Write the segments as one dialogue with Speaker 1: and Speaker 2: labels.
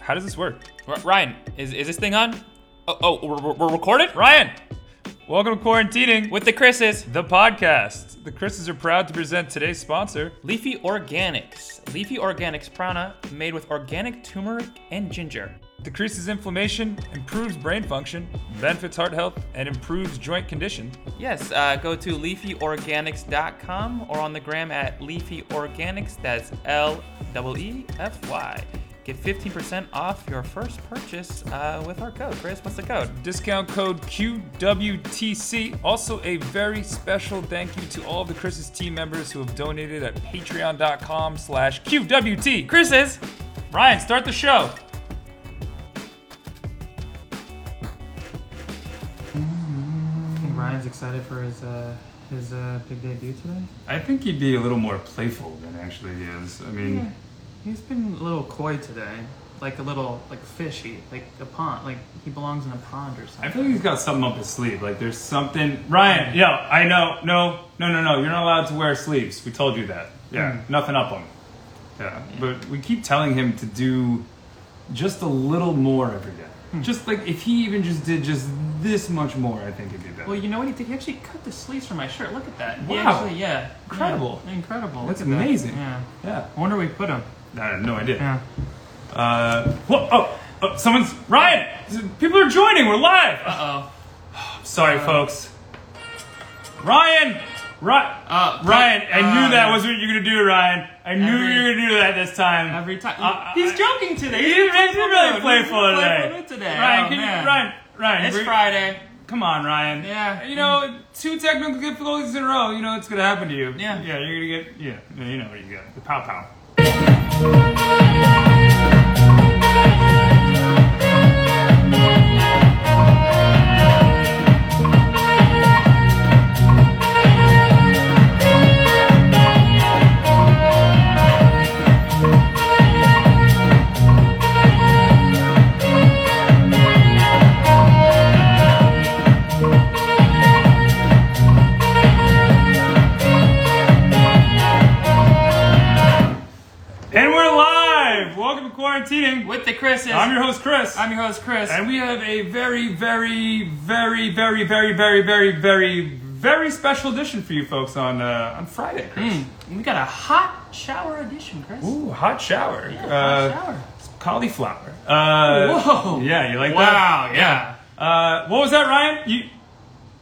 Speaker 1: How does this work?
Speaker 2: R- Ryan, is, is this thing on? Oh, oh we're, we're- we're recorded? Ryan,
Speaker 1: Welcome to Quarantining with
Speaker 2: with the Chris's.
Speaker 1: the podcast. The Chris's are proud to present today's sponsor.
Speaker 2: Leafy Organics. Leafy Organics prana made with organic turmeric and ginger.
Speaker 1: Decreases inflammation, improves brain function, benefits heart health, and improves joint condition.
Speaker 2: Yes, uh, go to leafyorganics.com or on the gram at leafyorganics. That's L E E F Y. Get 15% off your first purchase uh, with our code. Chris, what's the code?
Speaker 1: Discount code QWTC. Also, a very special thank you to all of the Chris's team members who have donated at patreon.com slash QWT.
Speaker 2: Chris's!
Speaker 1: Ryan, start the show.
Speaker 3: Ryan's excited for his uh, his uh, big debut today.
Speaker 1: I think he'd be a little more playful than actually he is. I mean,
Speaker 3: He's been a little coy today, like a little like fishy, like a pond, like he belongs in a pond or
Speaker 1: I
Speaker 3: something.
Speaker 1: feel like he's got something up his sleeve. Like there's something. Ryan, yo, I know. No, no, no, no. You're not allowed to wear sleeves. We told you that. Yeah,
Speaker 3: Hmm.
Speaker 1: nothing up him. Yeah, but we keep telling him to do just a little more every day.
Speaker 3: Hmm.
Speaker 1: Just like if he even just did just this much more, I think it'd be better.
Speaker 3: Well, you know what he did? He actually cut the sleeves from my shirt. Look at that. He
Speaker 1: Wow.
Speaker 3: actually, yeah.
Speaker 1: Incredible.
Speaker 3: Yeah, Incredible.
Speaker 1: That's
Speaker 3: Look at that.
Speaker 1: amazing.
Speaker 3: Yeah.
Speaker 1: yeah.
Speaker 3: I wonder where we put him.
Speaker 1: I have no idea.
Speaker 3: Yeah.
Speaker 1: Uh, whoa, oh, oh, someone's Ryan. People are joining. We're live.
Speaker 3: Uh
Speaker 1: Sorry, folks. Ryan! Ryan!
Speaker 3: Uh,
Speaker 1: Ryan, I knew
Speaker 3: uh,
Speaker 1: that was what you were gonna do, Ryan. I knew
Speaker 3: Every-
Speaker 1: you were gonna do that this time.
Speaker 3: oh. Every time.
Speaker 1: Uh,
Speaker 3: he's
Speaker 1: uh,
Speaker 3: joking today.
Speaker 1: He's been really playful
Speaker 3: He's
Speaker 1: today.
Speaker 3: playful today.
Speaker 1: Ryan,
Speaker 3: Oh,
Speaker 1: can
Speaker 3: man.
Speaker 1: you, Ryan, Ryan,
Speaker 3: It's
Speaker 1: we're-
Speaker 3: Friday.
Speaker 1: Come on, Ryan.
Speaker 3: Yeah.
Speaker 1: You know, two technical difficulties in a row. You know, it's gonna happen to you.
Speaker 3: Yeah.
Speaker 1: Yeah, you're gonna get. Yeah. yeah, You know what you got. The pow pow. And we're live. Welcome to quarantining.
Speaker 3: With the Chris's.
Speaker 1: I'm your host, Chris.
Speaker 3: I'm your host, Chris.
Speaker 1: And we have a very, very, very, very, very, very, very, very, very special edition for you folks on uh, on Friday. Chris.
Speaker 3: we got a hot shower edition, Chris.
Speaker 1: Ooh, hot shower.
Speaker 3: Yeah, hot
Speaker 1: uh,
Speaker 3: shower.
Speaker 1: Cauliflower. Uh,
Speaker 3: Whoa.
Speaker 1: Yeah, you like
Speaker 3: Wow,
Speaker 1: that?
Speaker 3: yeah.
Speaker 1: Uh, what was that, Ryan? You,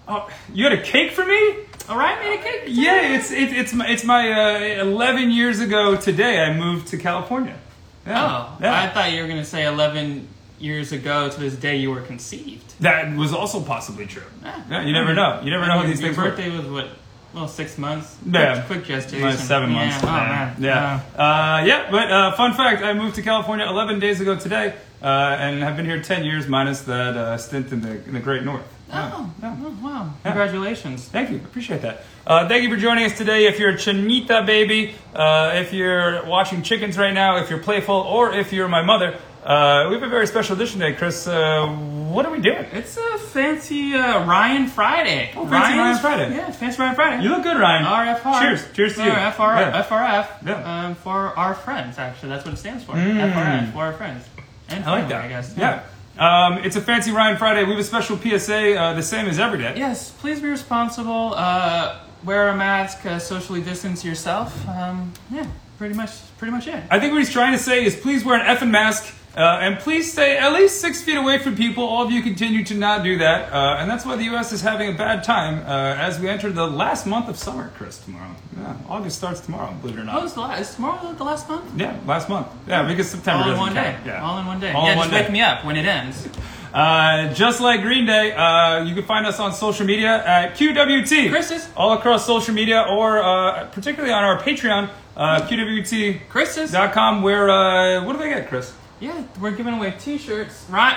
Speaker 1: oh, you had a cake for me?
Speaker 3: All right, Oh, made a cake.
Speaker 1: Yeah, it's it, it's my, it's my uh, 11 years ago today. I moved to California. Yeah,
Speaker 3: Oh,
Speaker 1: yeah.
Speaker 3: I thought you were gonna say eleven years ago to this day you were conceived.
Speaker 1: that was also possibly true.
Speaker 3: Yeah. Hmm.
Speaker 1: Yeah, you never know. You never know how
Speaker 3: Your-
Speaker 1: these things
Speaker 3: Your
Speaker 1: work.
Speaker 3: birthday was what? Well, six months.
Speaker 1: Yeah.
Speaker 3: Quick, quick gestation.
Speaker 1: Like seven
Speaker 3: Yeah,
Speaker 1: months.
Speaker 3: Oh man.
Speaker 1: Yeah. Uh, yeah. But uh, fun fact: I moved to California 11 days ago today, uh, and have been here 10 years minus that uh, stint in the in the Great North. Yeah.
Speaker 3: Oh,
Speaker 1: Yeah.
Speaker 3: oh, wow. Congratulations.
Speaker 1: Thank you. Appreciate that. Uh, thank you for joining us today. If you're a Chinita baby, uh, if you're watching chickens right now, if you're playful, or if you're my mother, uh, we have a very special edition today, Chris. Uh, what are we doing?
Speaker 3: It's a fancy uh, Ryan Friday.
Speaker 1: Oh, fancy Ryan's Friday.
Speaker 3: Yeah, fancy Ryan Friday.
Speaker 1: You look good, Ryan.
Speaker 3: RFR.
Speaker 1: Cheers. Cheers to you.
Speaker 3: Or FR,
Speaker 1: Yeah.
Speaker 3: FRF.
Speaker 1: Yeah. Mm.
Speaker 3: Um, for our friends, actually. That's what it stands for. FRF, for our friends. And
Speaker 1: I like
Speaker 3: family,
Speaker 1: that.
Speaker 3: I guess.
Speaker 1: Yeah. Um, it's a fancy Ryan Friday. We have a special PSA, uh, the same as every day.
Speaker 3: Yes, please be responsible. Uh, wear a mask. Uh, socially distance yourself. Um, yeah, pretty much, pretty much it.
Speaker 1: I think what he's trying to say is please wear an effing mask. Uh, and please stay at least six feet away from people. All of you continue to not do that. Uh, and that's why the U.S. is having a bad time uh, as we enter the last month of summer, Chris, tomorrow. Yeah, August starts tomorrow, believe it or
Speaker 3: Oh,
Speaker 1: not.
Speaker 3: is, the last, is tomorrow the last month?
Speaker 1: Yeah, last month. Yeah, because September
Speaker 3: All in one
Speaker 1: doesn't
Speaker 3: day.
Speaker 1: count. Yeah.
Speaker 3: All in one day.
Speaker 1: All
Speaker 3: yeah,
Speaker 1: in
Speaker 3: just
Speaker 1: one day.
Speaker 3: wake me up when it ends.
Speaker 1: Uh, just like Green Day, uh, you can find us on social media at QWT.
Speaker 3: Chris's.
Speaker 1: All across social media or uh, particularly on our Patreon, uh, QWT.com,
Speaker 3: Chris's.
Speaker 1: where, uh, what do they get, Chris?
Speaker 3: Yeah, we're giving away T-shirts. Right,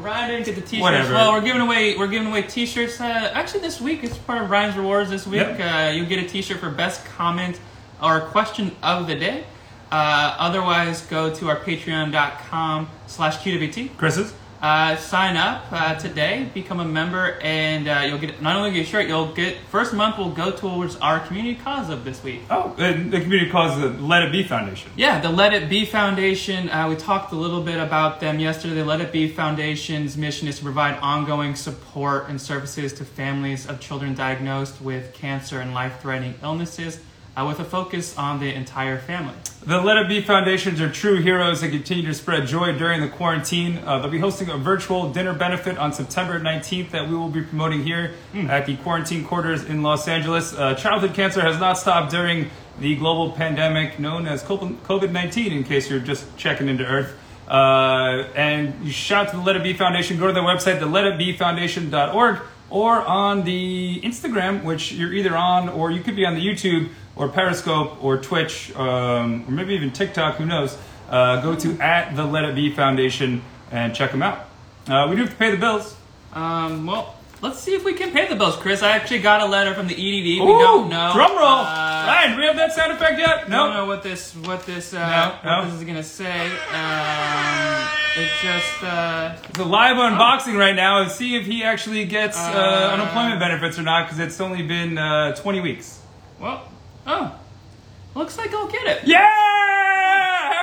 Speaker 3: Ryan didn't get the T-shirts.
Speaker 1: Whatever.
Speaker 3: Well, we're giving away we're giving away T-shirts. Uh, actually, this week it's part of Ryan's rewards. This week,
Speaker 1: Yep.
Speaker 3: uh, you'll get a T-shirt for best comment or question of the day. Uh, otherwise, go to our patreon.com slash qwt.
Speaker 1: Chris's?
Speaker 3: Uh, sign up uh, today, become a member, and uh, you'll get not only get a shirt, you'll get first month will go towards our community cause of this week.
Speaker 1: Oh, and the community calls the Let It Be Foundation.
Speaker 3: Yeah, the Let It Be Foundation. Uh, we talked a little bit about them yesterday. The Let It Be Foundation's mission is to provide ongoing support and services to families of children diagnosed with cancer and life-threatening illnesses, uh, with a focus on the entire family.
Speaker 1: The Let It Be Foundations are true heroes that continue to spread joy during the quarantine. Uh, they'll be hosting a virtual dinner benefit on September 19th that we will be promoting here at the quarantine quarters in Los Angeles. Uh, childhood cancer has not stopped during the global pandemic known as COVID 19, in case you're just checking into Earth. Uh, and you shout to the Let It Be Foundation. Go to their website, theletitbefoundation.org, or on the Instagram, which you're either on, or you could be on the YouTube, or Periscope, or Twitch, um, or maybe even TikTok. Who knows? Uh, go to at the Let It Be Foundation and check them out. Uh, we do have to pay the bills.
Speaker 3: Um, well, let's see if we can pay the bills, Chris. I actually got a letter from the EDD. we
Speaker 1: Ooh,
Speaker 3: don't know.
Speaker 1: Drum roll!
Speaker 3: Uh,
Speaker 1: Ryan, do we have that sound effect yet?
Speaker 3: I don't know
Speaker 1: No.
Speaker 3: what this what this uh,
Speaker 1: No,
Speaker 3: what
Speaker 1: no.
Speaker 3: this is gonna say. Um, it just uh,
Speaker 1: It's a live unboxing right now, and see if he actually gets uh,
Speaker 3: Uh,
Speaker 1: unemployment benefits or not, because it's only been uh, 20 weeks.
Speaker 3: well oh looks like I'll get it.
Speaker 1: Yeah!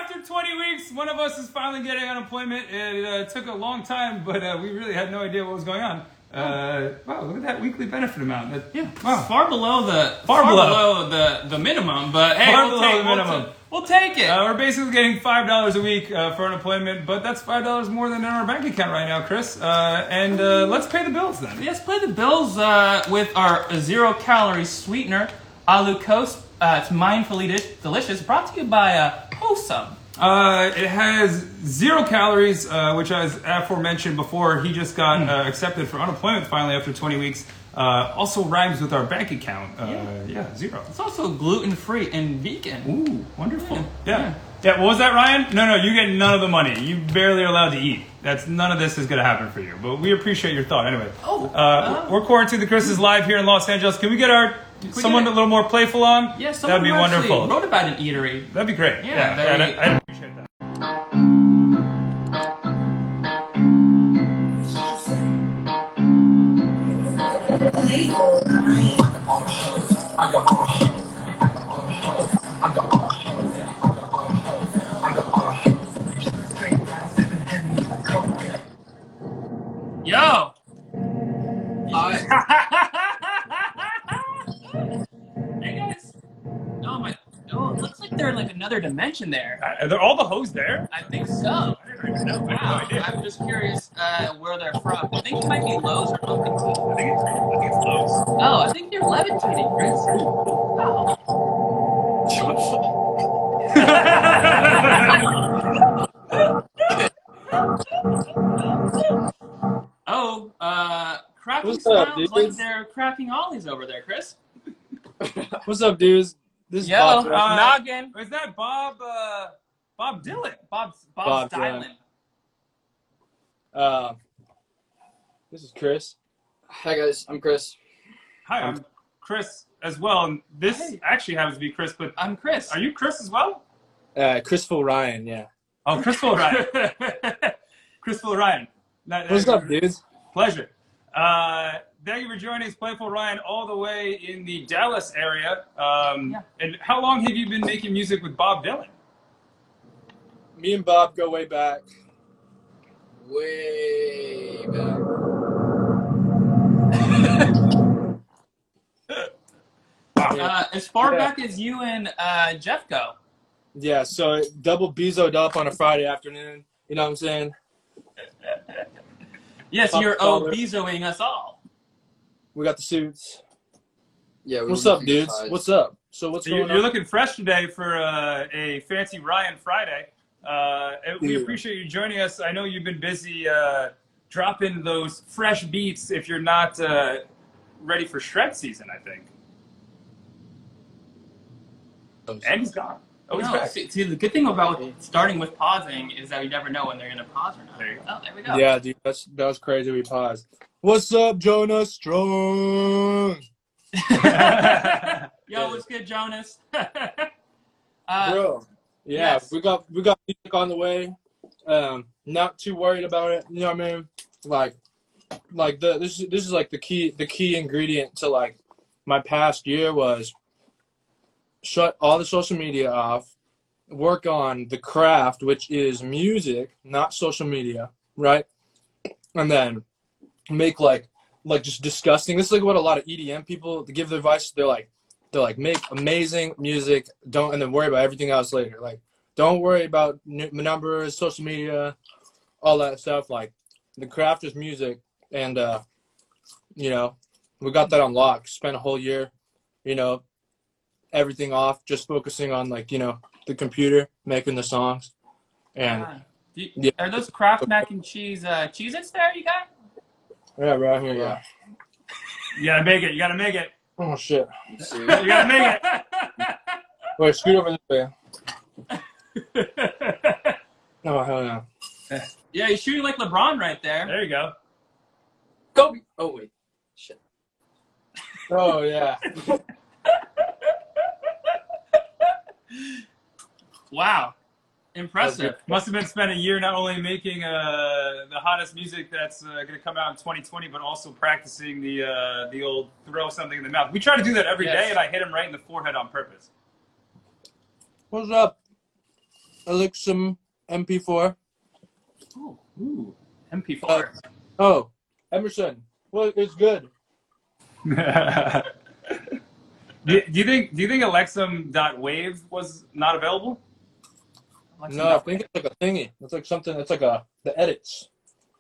Speaker 1: After 20 weeks, one of us is finally getting unemployment. It uh, took a long time, but uh, we really had no idea what was going on. Uh, wow, look at that weekly benefit amount. That,
Speaker 3: Oh. Yeah,
Speaker 1: Wow.
Speaker 3: far below the
Speaker 1: Far below.
Speaker 3: below. the the minimum, but hey,
Speaker 1: Far
Speaker 3: we'll
Speaker 1: below
Speaker 3: take,
Speaker 1: the
Speaker 3: we'll
Speaker 1: minimum.
Speaker 3: ta- We'll take it.
Speaker 1: Uh, we're basically getting five dollars a week uh, for unemployment, but that's five dollars more than in our bank account right now, Chris. Uh, and uh, let's pay the bills then.
Speaker 3: Let's play the Bills uh, with our zero calorie sweetener, Alu Coast. Uh, it's mindfully di- delicious. Brought to you by uh, Wholesome.
Speaker 1: Uh, it has zero calories, uh, which as aforementioned before, he just got
Speaker 3: Hmm.
Speaker 1: uh, accepted for unemployment finally after 20 weeks. Uh, also rhymes with our bank account. Uh, yeah. zero.
Speaker 3: It's also gluten free and vegan.
Speaker 1: Ooh, wonderful. Yeah.
Speaker 3: Yeah.
Speaker 1: yeah. what was that, Ryan? No, no, you get none of the money. You barely are allowed to eat. That's none of this is going to happen for you. But we appreciate your thought anyway.
Speaker 3: Oh,
Speaker 1: uh, we're quarantined. The Chris is live here in Los Angeles. Can we get our
Speaker 3: we
Speaker 1: someone
Speaker 3: get
Speaker 1: a
Speaker 3: it?
Speaker 1: little more playful on?
Speaker 3: Yeah, someone
Speaker 1: that'd be
Speaker 3: who actually
Speaker 1: wonderful.
Speaker 3: wrote about an eatery.
Speaker 1: that'd be great.
Speaker 3: Yeah,
Speaker 1: yeah,
Speaker 3: very-
Speaker 1: and I- I'd appreciate that.
Speaker 3: Yo, hey guys. Oh my. Oh, it looks like they're in like another dimension there.
Speaker 1: Uh, are there all the hoes there?
Speaker 3: I think so.
Speaker 1: I don't even know. I have no
Speaker 3: Wow.
Speaker 1: idea.
Speaker 3: I'm just curious uh, where they're from. I think it might be Lowe's or Pumpkin
Speaker 1: I think it's, I think it's hoes.
Speaker 3: Oh, I think they're levitating, Chris. Wow. oh, uh, crappy
Speaker 4: What's
Speaker 3: sounds
Speaker 4: up,
Speaker 3: like
Speaker 4: dudes?
Speaker 3: they're crapping ollies over there, Chris.
Speaker 4: What's up, dudes? This is
Speaker 3: Yo,
Speaker 4: Bob. Dylan.
Speaker 1: Uh,
Speaker 3: noggin.
Speaker 1: Is that Bob? Uh, Bob Dylan?
Speaker 3: Bob's,
Speaker 4: Bob
Speaker 3: Bob's
Speaker 4: Dylan.
Speaker 3: Dylan.
Speaker 4: Uh, this is Chris.
Speaker 5: Hi guys, I'm Chris.
Speaker 1: Hi, I'm Chris as well. And this
Speaker 3: Hey. Uh,
Speaker 1: actually happens to be Chris, but
Speaker 3: I'm Chris.
Speaker 1: are you Chris as well?
Speaker 4: Uh, Christopher Ryan. Yeah.
Speaker 1: Oh, Chris Ryan. Chris Ryan. That-
Speaker 4: What's
Speaker 1: that-
Speaker 4: up, dudes?
Speaker 1: Pleasure. Uh, thank you for joining us, Playful Ryan, all the way in the Dallas area. Um,
Speaker 3: Yeah.
Speaker 1: And how long have you been making music with Bob Dylan?
Speaker 4: Me and Bob go way back.
Speaker 5: Way back.
Speaker 3: uh, as far
Speaker 4: Yeah.
Speaker 3: back as you and uh, Jeff go.
Speaker 4: Yeah. So double bezoed up on a Friday afternoon. You know what I'm saying?
Speaker 3: Yes,
Speaker 4: Fuck
Speaker 3: you're
Speaker 4: dollar.
Speaker 3: obezoing us all.
Speaker 4: We got the suits.
Speaker 5: Yeah. We
Speaker 4: What's
Speaker 5: were
Speaker 4: up,
Speaker 5: looking
Speaker 4: dudes?
Speaker 5: sides.
Speaker 4: What's up? So what's
Speaker 1: So you,
Speaker 4: going
Speaker 1: you're
Speaker 4: on?
Speaker 1: looking fresh today for uh, a fancy Ryan Friday. Uh, and we
Speaker 4: Yeah.
Speaker 1: appreciate you joining us. I know you've been busy uh, drop in those fresh beats if you're not uh, ready for shred season. I think. And he's gone. Oh, he's
Speaker 3: No,
Speaker 1: back.
Speaker 3: see, see, the good thing about starting with pausing is that you never know when they're going to pause or not.
Speaker 1: There you
Speaker 3: Oh, there we go.
Speaker 4: Yeah, dude, that's that was crazy. We paused. What's up, Jonah Strong?
Speaker 3: Yo, what's good, Jonas? uh,
Speaker 4: Bro, yeah,
Speaker 3: yes.
Speaker 4: we got we got music on the way. Um, not too worried about it. You know what I mean? Like, like the this is this is like the key the key ingredient to like my past year was shut all the social media off, work on the craft, which is music, not social media, right? And then make like like just disgusting. This is like what a lot of EDM people give their advice. They're like they're like make amazing music, don't and then worry about everything else later. Like don't worry about n- numbers, social media, all that stuff. Like the craft is music, and uh, you know we got that on lock. Spent a whole year, you know, everything off, just focusing on like you know the computer making the songs, and
Speaker 3: uh, do you-
Speaker 4: Yeah.
Speaker 3: Are those Kraft mac and cheese uh, Cheez-Its there you got?
Speaker 4: yeah, right here, yeah.
Speaker 1: you gotta make it. You gotta make it.
Speaker 4: Oh shit!
Speaker 1: You gotta make
Speaker 4: Wait, scoot over this way.
Speaker 1: it.
Speaker 4: Oh hell no!
Speaker 3: Yeah, you're shooting like LeBron right there.
Speaker 1: there you go.
Speaker 5: Kobe. Oh wait. Shit.
Speaker 4: Oh yeah.
Speaker 3: Wow. Impressive.
Speaker 1: Must have been spent a year not only making uh, the hottest music that's uh, going to come out in 2020, but also practicing the uh, the old throw something in the mouth. We try to do that every day,
Speaker 3: Yes.
Speaker 1: and I hit him right in the forehead on purpose.
Speaker 4: What's up? Elixum MP4.
Speaker 3: Ooh, ooh, MP4.
Speaker 4: Oh, Emerson. Well, it's good.
Speaker 1: do, do you think Do you think Alexum.wave was not available?
Speaker 3: Alexa,
Speaker 4: No, I think it's like a thingy. It's like something. It's like a the edits.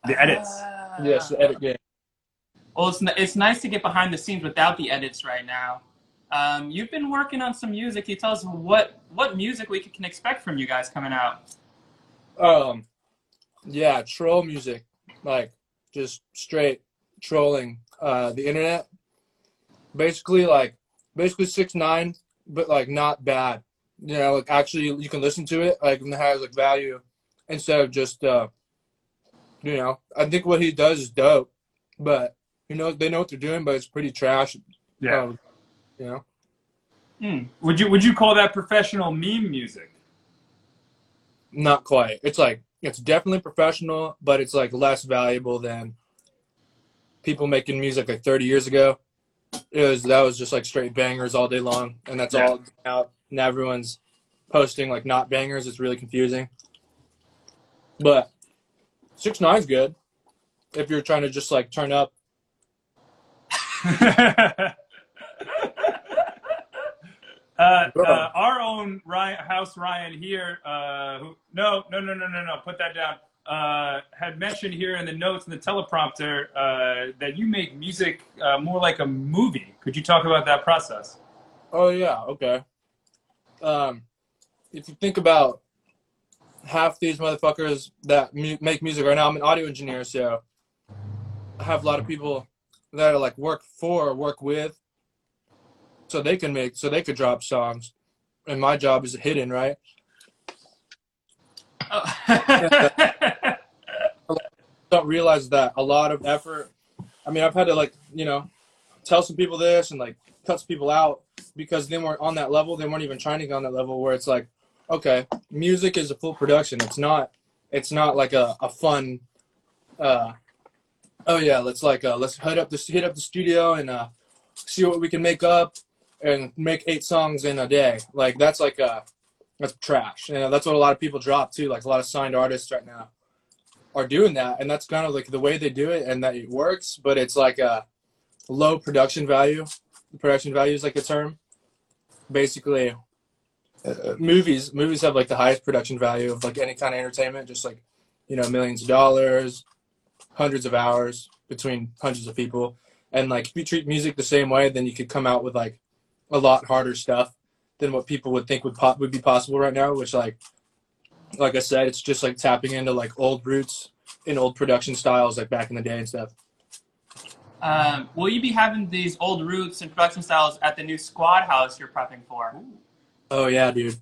Speaker 1: The edits.
Speaker 4: Uh,
Speaker 3: Ah.
Speaker 4: Yes, the edit game.
Speaker 3: Well, it's, n- it's nice to get behind the scenes without the edits right now. Um, you've been working on some music. Can you tell us what, what music we can expect from you guys coming out?
Speaker 4: Um, yeah, troll music, like just straight trolling uh the internet. Basically, like basically six nine, but like not bad. You know, like actually you can listen to it, like and it has like value, instead of just uh, you know, I think what he does is dope, but you know they know what they're doing, but it's pretty trash. Um, you know.
Speaker 1: Hmm. Would you Would you call that professional meme music?
Speaker 4: not quite. It's like it's definitely professional, but it's like less valuable than people making music like 30 years ago. It was that was just like straight bangers all day long, and that's
Speaker 1: Yeah.
Speaker 4: all out. Now everyone's posting like not bangers. It's really confusing. But six nine's good if you're trying to just like turn up.
Speaker 1: uh,
Speaker 4: Bro.
Speaker 1: uh, our own Ryan, house Ryan here. Uh, who, no, no, no, no, no, no. Put that down. Uh, had mentioned here in the notes in the teleprompter uh, that you make music uh, more like a movie. Could you talk about that process?
Speaker 4: Oh yeah, okay. Um, if you think about half these motherfuckers that mu- make music right now, I'm an audio engineer, so I have a lot of people that are like work for, or work with, so they can make, so they could drop songs, and my job is hidden, right?
Speaker 3: Oh.
Speaker 4: Don't realize that a lot of effort. I mean, I've had to like you know tell some people this and like cuts people out because they weren't on that level. They weren't even trying to get on that level where it's like, okay, music is a full production. It's not, it's not like a, a fun, uh, oh yeah, let's like, uh, let's hit up the, hit up the studio and, uh, see what we can make up and make eight songs in a day. Like that's like, uh, that's trash. You know, that's what a lot of people drop too. Like a lot of signed artists right now are doing that. And that's kind of like the way they do it and that it works, but it's like a low production value production value is like a term. Basically, uh, movies movies have like the highest production value of like any kind of entertainment, just like you know millions of dollars, hundreds of hours between hundreds of people, and like if you treat music the same way, then you could come out with like a lot harder stuff than what people would think would po- would be possible right now. Which like like I said, it's just like tapping into like old roots in old production styles like back in the day and stuff.
Speaker 6: Um, will you be having these old roots and production styles at the new squad house you're prepping for?
Speaker 4: Oh yeah, dude.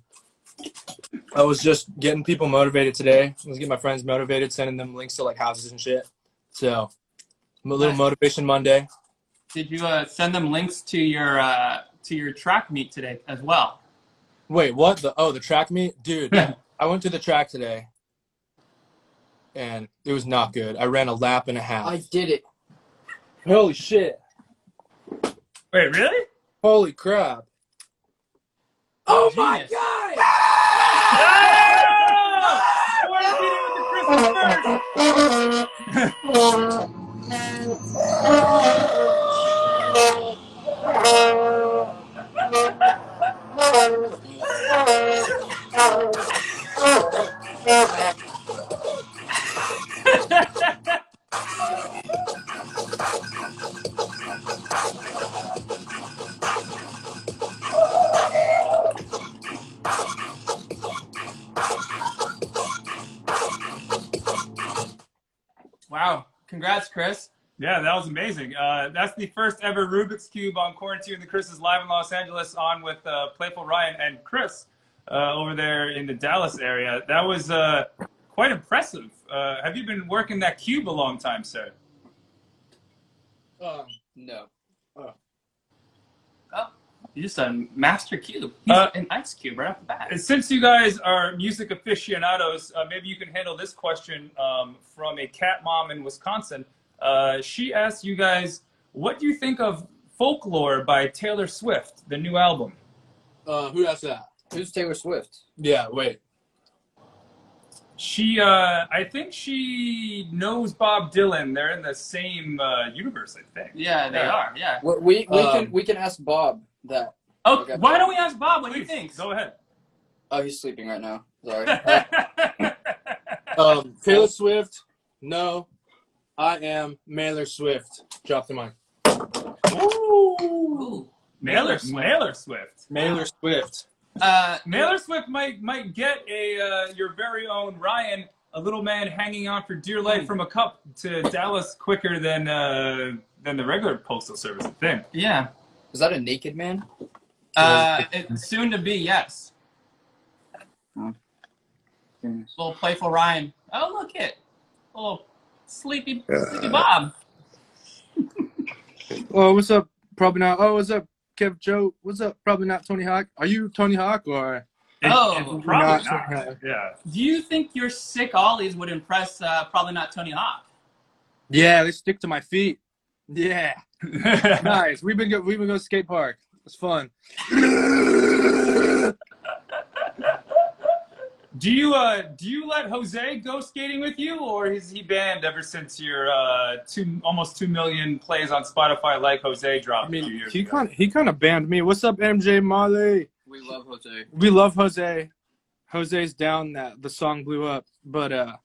Speaker 4: I was just getting people motivated today. I was getting my friends motivated, sending them links to like houses and shit. So a little
Speaker 6: Nice.
Speaker 4: motivation Monday.
Speaker 6: Did you uh, send them links to your uh, to your track meet today as well?
Speaker 4: Wait, what? The oh, the track meet, dude. I went to the track today, and it was not good. I ran a lap and a half.
Speaker 5: I did it.
Speaker 4: Holy shit!
Speaker 6: Wait, really?
Speaker 4: Holy crap!
Speaker 5: Oh my
Speaker 6: Genius.
Speaker 5: god!
Speaker 6: Wow! Congrats, Chris.
Speaker 1: Yeah, that was amazing. Uh, that's the first ever Rubik's Cube on quarantine. The Chris is live in Los Angeles on with uh, Playful Ryan and Chris uh, over there in the Dallas area. That was uh, quite impressive. Uh, have you been working that cube a long time, sir?
Speaker 4: Um,
Speaker 5: No.
Speaker 6: You just a master cube. He's
Speaker 1: Uh,
Speaker 6: an ice cube right off the bat.
Speaker 1: And Since you guys are music aficionados, uh, maybe you can handle this question um, from a cat mom in Wisconsin. Uh, she asked you guys, what do you think of Folklore by Taylor Swift, the new album?
Speaker 4: uh, who asked that?
Speaker 5: Who's Taylor Swift?
Speaker 4: Yeah, wait.
Speaker 1: She, uh, I think she knows Bob Dylan. They're in the same uh, universe, I think.
Speaker 6: yeah, they
Speaker 1: Yeah.
Speaker 6: are. Yeah.
Speaker 5: We we, we
Speaker 4: Um,
Speaker 5: can we can ask Bob that.
Speaker 6: Oh,
Speaker 5: Okay.
Speaker 6: why don't we ask Bob what he
Speaker 1: Please,
Speaker 6: thinks?
Speaker 1: Go ahead.
Speaker 5: Oh, he's sleeping right now. Sorry. Uh,
Speaker 4: Um, Taylor Swift. No, I am Mailer Swift. Drop the mic.
Speaker 1: Ooh.
Speaker 6: Ooh.
Speaker 1: Mailer, Mailer Swift.
Speaker 4: Mailer Swift.
Speaker 6: Uh,
Speaker 1: Mailer Swift might might get a uh, your very own Ryan, a little man hanging on for dear
Speaker 6: Hmm.
Speaker 1: life from a cup to Dallas quicker than uh, than the regular postal service thing.
Speaker 6: yeah.
Speaker 5: is that a naked man?
Speaker 6: Uh, it, soon to be, yes.
Speaker 5: Goodness.
Speaker 6: Little playful Ryan. Oh, look it. Little sleepy, sleepy Bob.
Speaker 4: Oh, what's up? Probably not. Oh, what's up, Kev Joe? What's up? Probably not Tony Hawk. Are you Tony Hawk or?
Speaker 6: Oh,
Speaker 1: probably
Speaker 4: not
Speaker 1: not.
Speaker 4: Tony Hawk.
Speaker 1: Yeah,
Speaker 6: Do you think your sick ollies would impress uh, probably not Tony Hawk?
Speaker 4: Yeah, they stick to my feet. Yeah, nice. We've been go- we've been going to skate park. It's fun.
Speaker 1: do you uh, do you let Jose go skating with you, or is he banned ever since your uh, two almost two million plays on Spotify like Jose dropped
Speaker 4: I
Speaker 1: a few
Speaker 4: mean,
Speaker 1: years
Speaker 4: he
Speaker 1: ago?
Speaker 4: kind he kind of banned me. What's up, MJ Molly?
Speaker 5: We love Jose.
Speaker 4: We love Jose. Jose's down that the song blew up, but uh,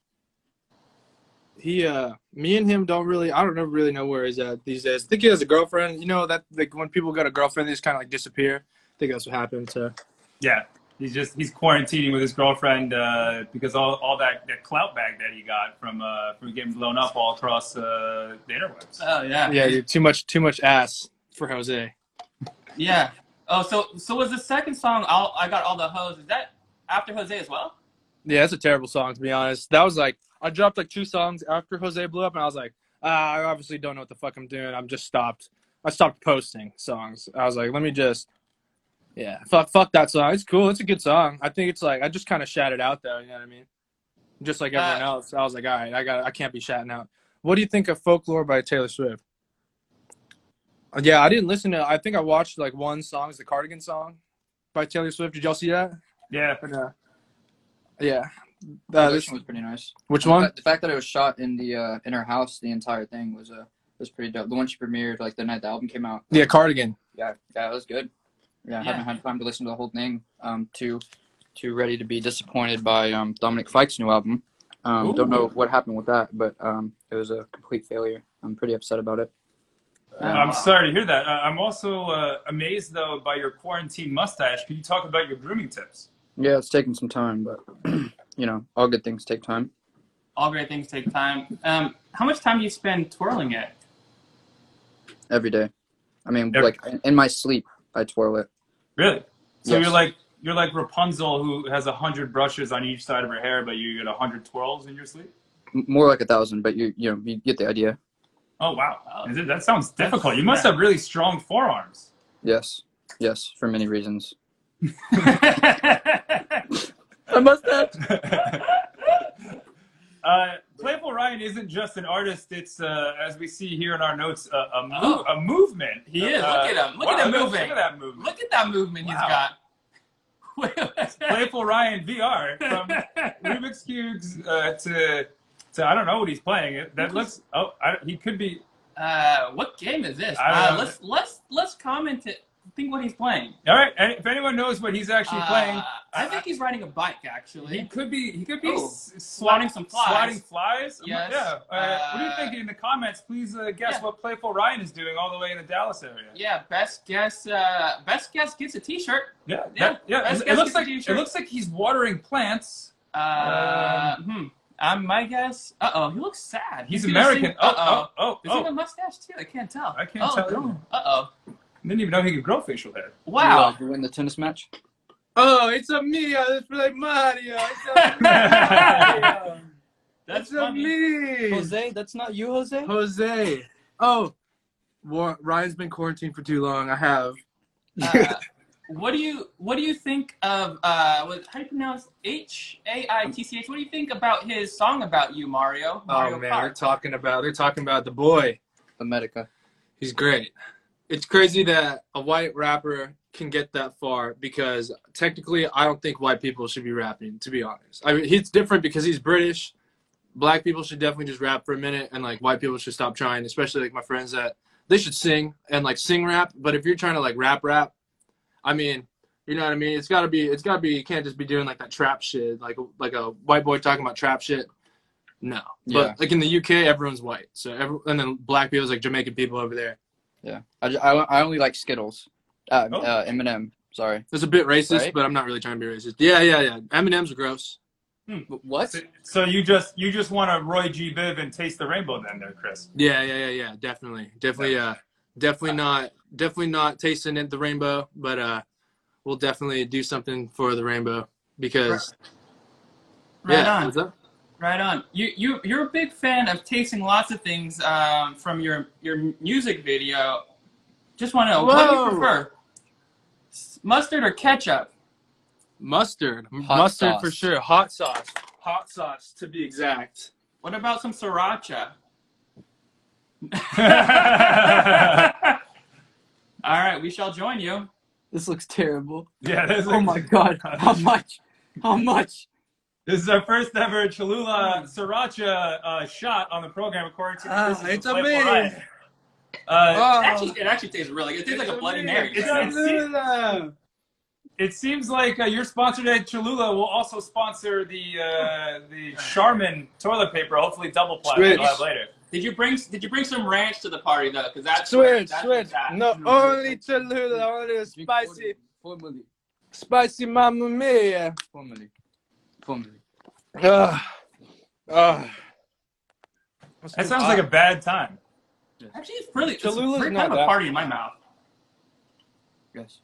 Speaker 4: he uh, me and him don't really. I don't know, really know where he's at these days. I think he has a girlfriend. You know that like when people got a girlfriend, they just kind of like disappear. I think that's what happened. So
Speaker 1: Yeah, he's just he's quarantining with his girlfriend uh, because all, all that, that clout bag that he got from uh, from getting blown up all across uh, the interwebs.
Speaker 6: Oh, yeah.
Speaker 4: yeah, dude, too much too much ass for Jose.
Speaker 6: Yeah. Oh, so so was the second song, I'll, I Got All the Hoes, is that after Jose as well?
Speaker 4: Yeah, that's a terrible song to be honest. That was like I dropped like two songs after Jose blew up, and I was like, ah, I obviously don't know what the fuck I'm doing. I'm just stopped. I stopped posting songs. I was like, let me just, yeah, fuck, fuck that song. It's cool. It's a good song. I think it's like I just kind of shat it out though. You know what I mean? Just like everyone
Speaker 6: Uh,
Speaker 4: else, I was like, all right, I got, I can't be shatting out. What do you think of Folklore by Taylor Swift? Uh, Yeah, I didn't listen to. I think I watched like one song, is the Cardigan song by Taylor Swift. Did y'all see that?
Speaker 1: Yeah,
Speaker 4: But, uh, yeah.
Speaker 5: That
Speaker 4: That is,
Speaker 5: was pretty nice.
Speaker 4: Uh, which
Speaker 5: The
Speaker 4: one?
Speaker 5: fact- The fact that it was shot in the uh, in her house, the entire thing was uh, was pretty dope. The one she premiered like the night the album came out.
Speaker 4: Yeah, Cardigan.
Speaker 5: Yeah, yeah, it was good. Yeah, I
Speaker 6: Yeah.
Speaker 5: haven't had time to listen to the whole thing. Um, too, too ready to be disappointed by um Dominic Fike's new album. Um, don't know what happened with that, but um, it was a complete failure. I'm pretty upset about it.
Speaker 1: I'm sorry to hear that. Uh, I'm also uh, amazed though by your quarantine mustache. Can you talk about your grooming tips?
Speaker 5: Yeah, it's taking some time, but you know, all good things take time.
Speaker 3: all great things take time. Um, how much time do you spend twirling it?
Speaker 5: every day. I mean, like in my sleep, I twirl it.
Speaker 1: Really? So
Speaker 5: Yes.
Speaker 1: you're like you're like Rapunzel who has a hundred brushes on each side of her hair, but you get a hundred twirls in your sleep.
Speaker 5: M- More like a thousand, but you you know you get the idea.
Speaker 1: Oh wow, Is it- that sounds difficult. You must have really strong forearms.
Speaker 5: Yes, yes, for many reasons.
Speaker 1: I must have. Uh, Playful Ryan isn't just an artist; it's uh, as we see here in our notes, a, a, mo-
Speaker 3: Oh.
Speaker 1: a movement.
Speaker 3: He is.
Speaker 1: Uh,
Speaker 3: look at him. Look
Speaker 1: wow,
Speaker 3: at him
Speaker 1: look
Speaker 3: moving.
Speaker 1: Look at that movement.
Speaker 3: Look at that movement
Speaker 1: Wow.
Speaker 3: he's got.
Speaker 1: Playful Ryan VR from Rubik's Cubes uh, to to I don't know what he's playing. It- That looks oh I, he could be
Speaker 3: uh, what game is this?
Speaker 1: I don't
Speaker 3: Uh,
Speaker 1: know.
Speaker 3: let's let's let's comment it. Think what he's playing.
Speaker 1: all right. and If anyone knows what he's actually
Speaker 3: Uh,
Speaker 1: playing,
Speaker 3: I think he's riding a bike actually.
Speaker 1: he could be he could be
Speaker 3: Oh,
Speaker 1: s- sla-
Speaker 3: swatting some flies.
Speaker 1: Swatting flies. I'm
Speaker 3: Yes.
Speaker 1: not- Yeah. Uh, what do you
Speaker 3: Uh,
Speaker 1: think in the comments? Please uh, guess
Speaker 3: yeah.
Speaker 1: what Playful Ryan is doing all the way in the Dallas area.
Speaker 3: Yeah, best guess. Uh, best guess gets a T-shirt.
Speaker 1: Yeah,
Speaker 3: Yeah,
Speaker 1: that- yeah.
Speaker 3: let's
Speaker 1: It,
Speaker 3: guess
Speaker 1: looks
Speaker 3: the
Speaker 1: like it
Speaker 3: future.
Speaker 1: looks like he's watering plants.
Speaker 3: Uh, hmm. Um, my guess. Uh oh, he looks sad.
Speaker 1: He's
Speaker 3: gonna
Speaker 1: American.
Speaker 3: sing-
Speaker 1: oh,
Speaker 3: uh-oh.
Speaker 1: oh,
Speaker 3: Does he
Speaker 1: oh,
Speaker 3: have a
Speaker 1: oh!
Speaker 3: mustache too? I can't tell.
Speaker 1: I can't tell either.
Speaker 3: Uh oh.
Speaker 1: Didn't even know he could grow facial hair.
Speaker 3: Wow.
Speaker 5: You, uh, you win the tennis match.
Speaker 4: Oh, it's a me. It's like Mario. It's
Speaker 1: Mario.
Speaker 3: That's
Speaker 4: a
Speaker 3: funny.
Speaker 4: me.
Speaker 5: Jose, that's not you, Jose.
Speaker 4: Jose. Oh, War- Ryan's been quarantined for too long. I have.
Speaker 3: Uh, what do you What do you think of uh? What, how do you pronounce H A I T C H? What do you think about his song about you, Mario? Mario
Speaker 4: Oh man, they're
Speaker 3: Kart.
Speaker 4: talking about they're talking about the boy.
Speaker 5: America.
Speaker 4: He's great. It's crazy that a white rapper can get that far because technically, I don't think white people should be rapping. To be honest, I mean, he's different because he's British. Black people should definitely just rap for a minute, and like white people should stop trying. Especially like my friends that they should sing and like sing rap. But if you're trying to like rap rap, I mean, you know what I mean. It's gotta be. It's gotta be. You can't just be doing like that trap shit, like like a white boy talking about trap shit. No,
Speaker 5: Yeah.
Speaker 4: but like in the UK, everyone's white. So every, and then black people is like Jamaican people over there.
Speaker 5: Yeah, I, ju- I, I only like Skittles. Uh,
Speaker 1: Oh.
Speaker 5: uh, Eminem. Sorry.
Speaker 4: It's a bit racist,
Speaker 5: Right?
Speaker 4: but I'm not really trying to be racist. Yeah, yeah, yeah. M and M's are gross.
Speaker 5: What?
Speaker 1: So, so you just you just want to Roy G. Biv and taste the rainbow then there, Chris.
Speaker 4: Yeah, yeah, yeah, yeah. Definitely, definitely, uh, definitely not, definitely not tasting it, the rainbow. But uh, we'll definitely do something for the rainbow because
Speaker 3: Right
Speaker 4: yeah.
Speaker 3: on.
Speaker 4: what's up?
Speaker 3: Right on. You you you're a big fan of tasting lots of things um, from your your music video. Just want to know what do you
Speaker 4: Whoa.
Speaker 3: prefer, S- mustard or ketchup?
Speaker 4: Mustard,
Speaker 5: Hot
Speaker 4: mustard
Speaker 5: sauce.
Speaker 4: for sure. Hot sauce, hot sauce to be exact.
Speaker 3: What about some sriracha?
Speaker 1: yeah,
Speaker 3: All right, we shall join you.
Speaker 7: This looks terrible.
Speaker 1: this is,
Speaker 7: Oh my god. How much? How much?
Speaker 1: this is our first ever Cholula Sriracha uh, shot on the program, according to
Speaker 4: Hmm. Ah,
Speaker 1: Chris.
Speaker 4: it's
Speaker 1: from Playful
Speaker 4: amazing.
Speaker 1: Riot. Uh,
Speaker 4: Oh,
Speaker 3: Actually, it actually tastes really good. It tastes like a Bloody Mary.
Speaker 1: It's
Speaker 3: right now.
Speaker 4: Cholula.
Speaker 1: It seems like uh, your sponsor today, Cholula, will also sponsor the uh, the Charmin toilet paper, hopefully double ply.
Speaker 4: Switch.
Speaker 1: We'll have later.
Speaker 3: Did you bring Did you bring some ranch to the party though? Because that's
Speaker 4: Switch,
Speaker 3: that's
Speaker 4: switch.
Speaker 3: that.
Speaker 4: No, only Cholula, only spicy, spicy mamma mia. Ah,
Speaker 5: Formally. Formally.
Speaker 4: Ugh. Ugh.
Speaker 1: That sounds like a bad time.
Speaker 3: Actually, it's really it's
Speaker 4: Cholula's
Speaker 3: pretty
Speaker 4: not
Speaker 3: kind of a
Speaker 4: that-
Speaker 3: party in my mouth.
Speaker 5: Yes.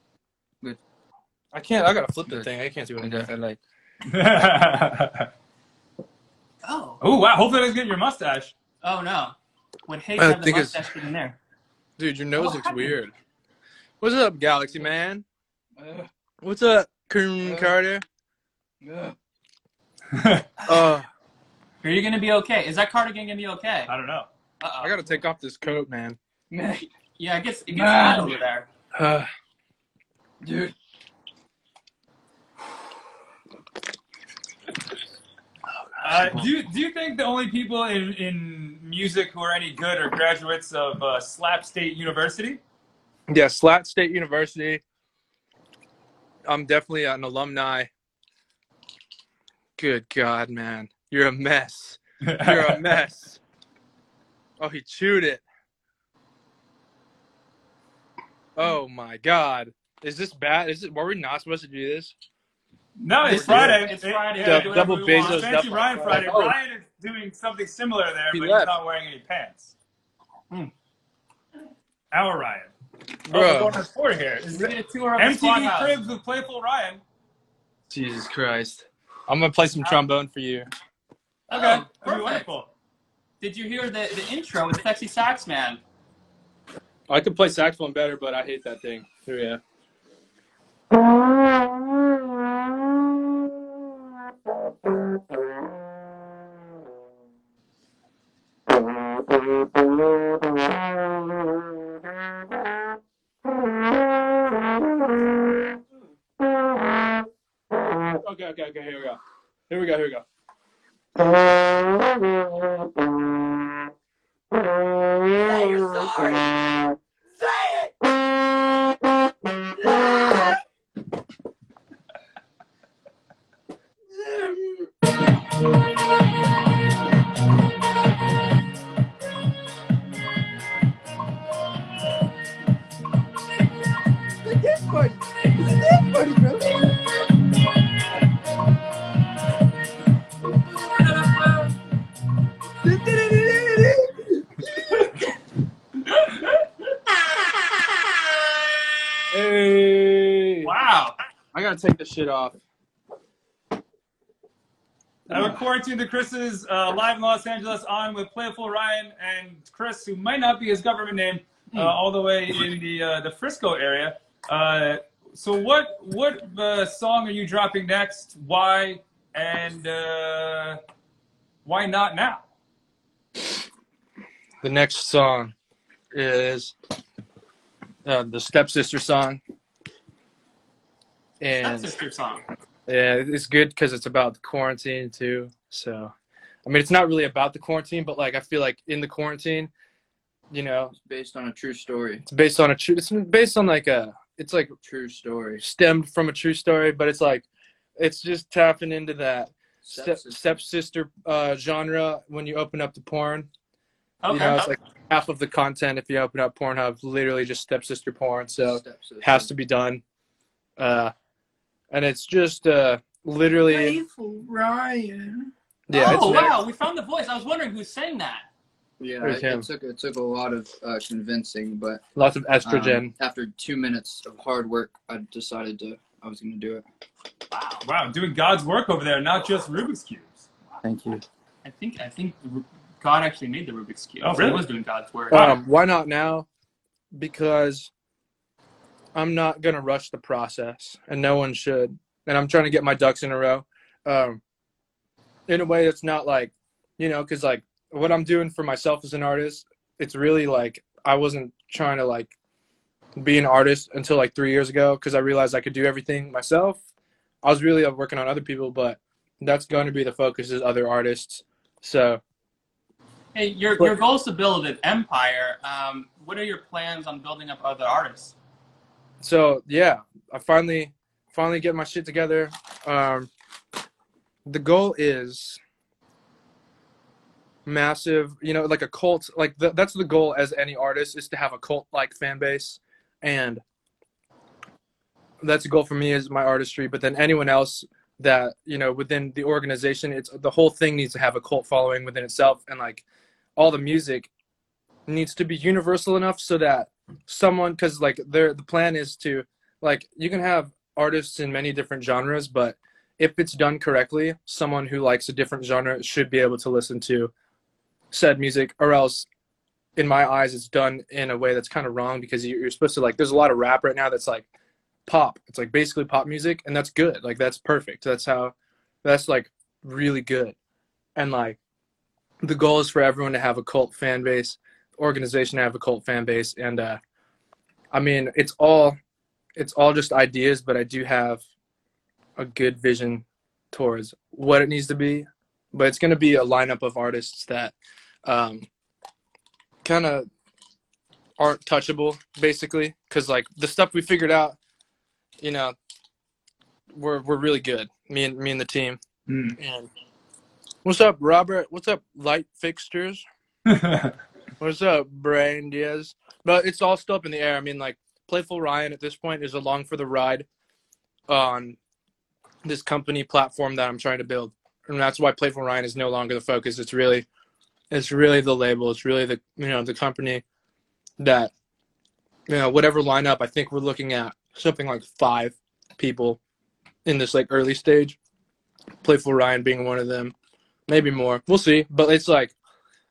Speaker 4: I can't. I gotta flip the thing. I can't see what
Speaker 5: I
Speaker 4: I'm
Speaker 5: guess I
Speaker 4: doing.
Speaker 5: like.
Speaker 3: Oh.
Speaker 1: oh wow! Hopefully, that's good. Your mustache.
Speaker 3: Oh no. Would hate
Speaker 4: I
Speaker 3: to have the
Speaker 4: think it's-
Speaker 3: mustache in there.
Speaker 4: Dude, your nose looks
Speaker 3: happened?
Speaker 4: weird. What's up, Galaxy Man? What's up, Coon Carter? Uh,
Speaker 3: Are you gonna be okay? Is that cardigan gonna be okay?
Speaker 1: I don't know.
Speaker 4: I
Speaker 3: Uh-oh.
Speaker 4: gotta take off this coat, man.
Speaker 3: Yeah, it gets it gets
Speaker 4: Ah!
Speaker 3: hot over there.
Speaker 4: Uh,
Speaker 7: Dude.
Speaker 1: Uh, do you, do you think the only people in, in music who are any good are graduates of uh, Slap State University?
Speaker 4: yeah, Slat State University. I'm definitely an alumni. Good God, man, you're a mess. You're a mess. Oh, he chewed it. Oh my God, is this bad? Is it? Were we not supposed to do this?
Speaker 1: no, it's
Speaker 3: It's
Speaker 1: Friday.
Speaker 3: Friday. It's Friday.
Speaker 1: Yeah,
Speaker 3: We do whatever
Speaker 4: double
Speaker 3: we want.
Speaker 4: Bezos.
Speaker 1: Fancy
Speaker 4: double
Speaker 1: Ryan Friday.
Speaker 4: Oh.
Speaker 1: Ryan, doing something similar there,
Speaker 4: He
Speaker 1: but he's
Speaker 4: left.
Speaker 1: not wearing any pants. Hmm. Our Ryan.
Speaker 4: Bro.
Speaker 1: Oh, we're going on tour here. Is
Speaker 6: We
Speaker 1: it
Speaker 6: get a tour of the
Speaker 1: MTV
Speaker 6: squad
Speaker 1: Cribs with Playful Ryan.
Speaker 5: Jesus Christ.
Speaker 4: I'm gonna play some trombone for you.
Speaker 1: Okay, that'd be
Speaker 6: Oh, perfect.
Speaker 1: wonderful.
Speaker 6: Did you hear the, the intro with Sexy Sax Man?
Speaker 4: I could play saxophone better, but I hate that thing. Here we go. Okay, okay, okay. Here we go. Here we go. Here we go. Hey.
Speaker 6: Wow.
Speaker 4: I gotta take this shit off.
Speaker 1: I would quarantine to Chris's uh, live in Los Angeles on with Playful Ryan and Chris, who might not be his government name, uh, all the way in the uh, the Frisco area. Uh, so what what uh, song are you dropping next? Why and uh, why not now?
Speaker 4: The next song is uh, the stepsister song, and
Speaker 6: That's sister song.
Speaker 4: yeah, it's good because it's about the quarantine too. So, I mean, it's not really about the quarantine, but like I feel like in the quarantine, you know,
Speaker 5: It's based on a true story.
Speaker 4: it's based on a true. It's based on like a. It's like
Speaker 5: True story.
Speaker 4: stemmed from a true story, but it's like it's just tapping into that step
Speaker 5: Stepsister.
Speaker 4: stepsister uh, genre when you open up the porn.
Speaker 6: Okay.
Speaker 4: You know, it's like half of the content if you open up Pornhub, literally just stepsister porn. So
Speaker 5: Stepsister.
Speaker 4: it uh, has to be done. Uh, and it's just uh, literally,
Speaker 8: Ryan.
Speaker 4: yeah,
Speaker 6: oh
Speaker 4: it's
Speaker 6: wow, we found the voice. I was wondering who sang that.
Speaker 5: Yeah,
Speaker 4: There's
Speaker 5: it,
Speaker 4: him.
Speaker 5: it took it took a lot of uh, convincing, but
Speaker 4: lots of
Speaker 5: um,
Speaker 4: estrogen.
Speaker 5: after two minutes of hard work, I decided to I was gonna do it.
Speaker 1: Wow, doing God's work over there, not just Rubik's cubes.
Speaker 5: Thank you.
Speaker 6: I think I think Ru- God actually made the Rubik's cube.
Speaker 1: Oh,
Speaker 6: So
Speaker 1: really?
Speaker 6: He was doing God's work.
Speaker 4: Um, why not now? Because I'm not gonna rush the process, and no one should. And I'm trying to get my ducks in a row, um, in a way that's not like, you know, because like what I'm doing for myself as an artist, it's really like I wasn't trying to like be an artist until like three years ago because I realized I could do everything myself. I was really uh, working on other people, but that's going to be the focus is other artists. So
Speaker 6: Hey, your your goal is to build an empire. Um, what are your plans on building up other artists?
Speaker 4: so yeah i finally finally get my shit together um the goal is massive you know like a cult like th that's the goal as any artist is to have a cult like fan base and that's the goal for me is my artistry but then anyone else that you know within the organization it's the whole thing needs to have a cult following within itself and like all the music needs to be universal enough so that someone because like there the plan is to like you can have artists in many different genres but if it's done correctly someone who likes a different genre should be able to listen to said music or else in my eyes it's done in a way that's kind of wrong because you- you're supposed to like there's a lot of rap right now that's like pop it's like basically pop music and that's good like that's perfect that's how that's like really good and like the goal is for everyone to have a cult fan base organization to have a cult fan base and uh i mean it's all it's all just ideas but i do have a good vision towards what it needs to be but it's going to be a lineup of artists that um kind of aren't touchable basically because like the stuff we figured out you know we're we're really good me and me and the team
Speaker 1: Hmm.
Speaker 4: and what's up robert what's up light fixtures What's up, Brain Diaz? But it's all still up in the air. I mean, like Playful Ryan at this point is along for the ride on this company platform that I'm trying to build. and that's why Playful Ryan is no longer the focus. It's really, it's really the label. It's really the you know the company that you know whatever lineup. I think we're looking at something like five people in this like early stage. Playful Ryan being one of them, maybe more. We'll see. But it's like